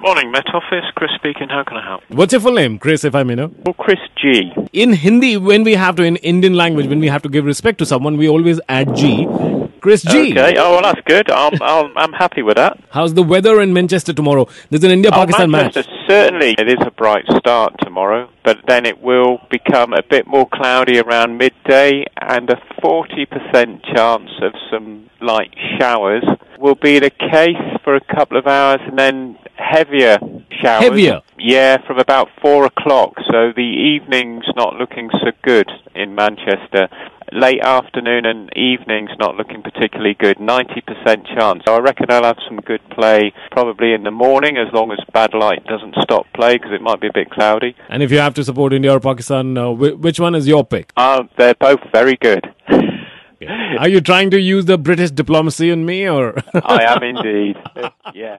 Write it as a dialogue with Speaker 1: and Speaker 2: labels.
Speaker 1: Morning, Met Office. Chris speaking. How can I help?
Speaker 2: What's your full name, Chris, if I may know?
Speaker 1: Well, Chris G.
Speaker 2: In Hindi, when we have to, in Indian language, when we have to give respect to someone, we always add G. Chris G,
Speaker 1: Okay. Oh, well, that's good. I'm, I'm, I'm happy with that.
Speaker 2: how's the weather in Manchester tomorrow? There's an India Pakistan
Speaker 1: oh,
Speaker 2: match.
Speaker 1: Manchester, certainly it is a bright start tomorrow, but then it will become a bit more cloudy around midday and a 40% chance of some light showers will be the case for a couple of hours and then heavier showers.
Speaker 2: Heavier?
Speaker 1: Yeah, from about four o'clock. So the evening's not looking so good in Manchester. Late afternoon and evening's not looking particularly good. 90% chance. So I reckon I'll have some good play probably in the morning as long as bad light doesn't stop play because it might be a bit cloudy.
Speaker 2: And if you have to support India or Pakistan, uh, whi which one is your pick?
Speaker 1: Uh, they're both very good.
Speaker 2: Are you trying to use the British diplomacy on me or?
Speaker 1: I am indeed. yeah.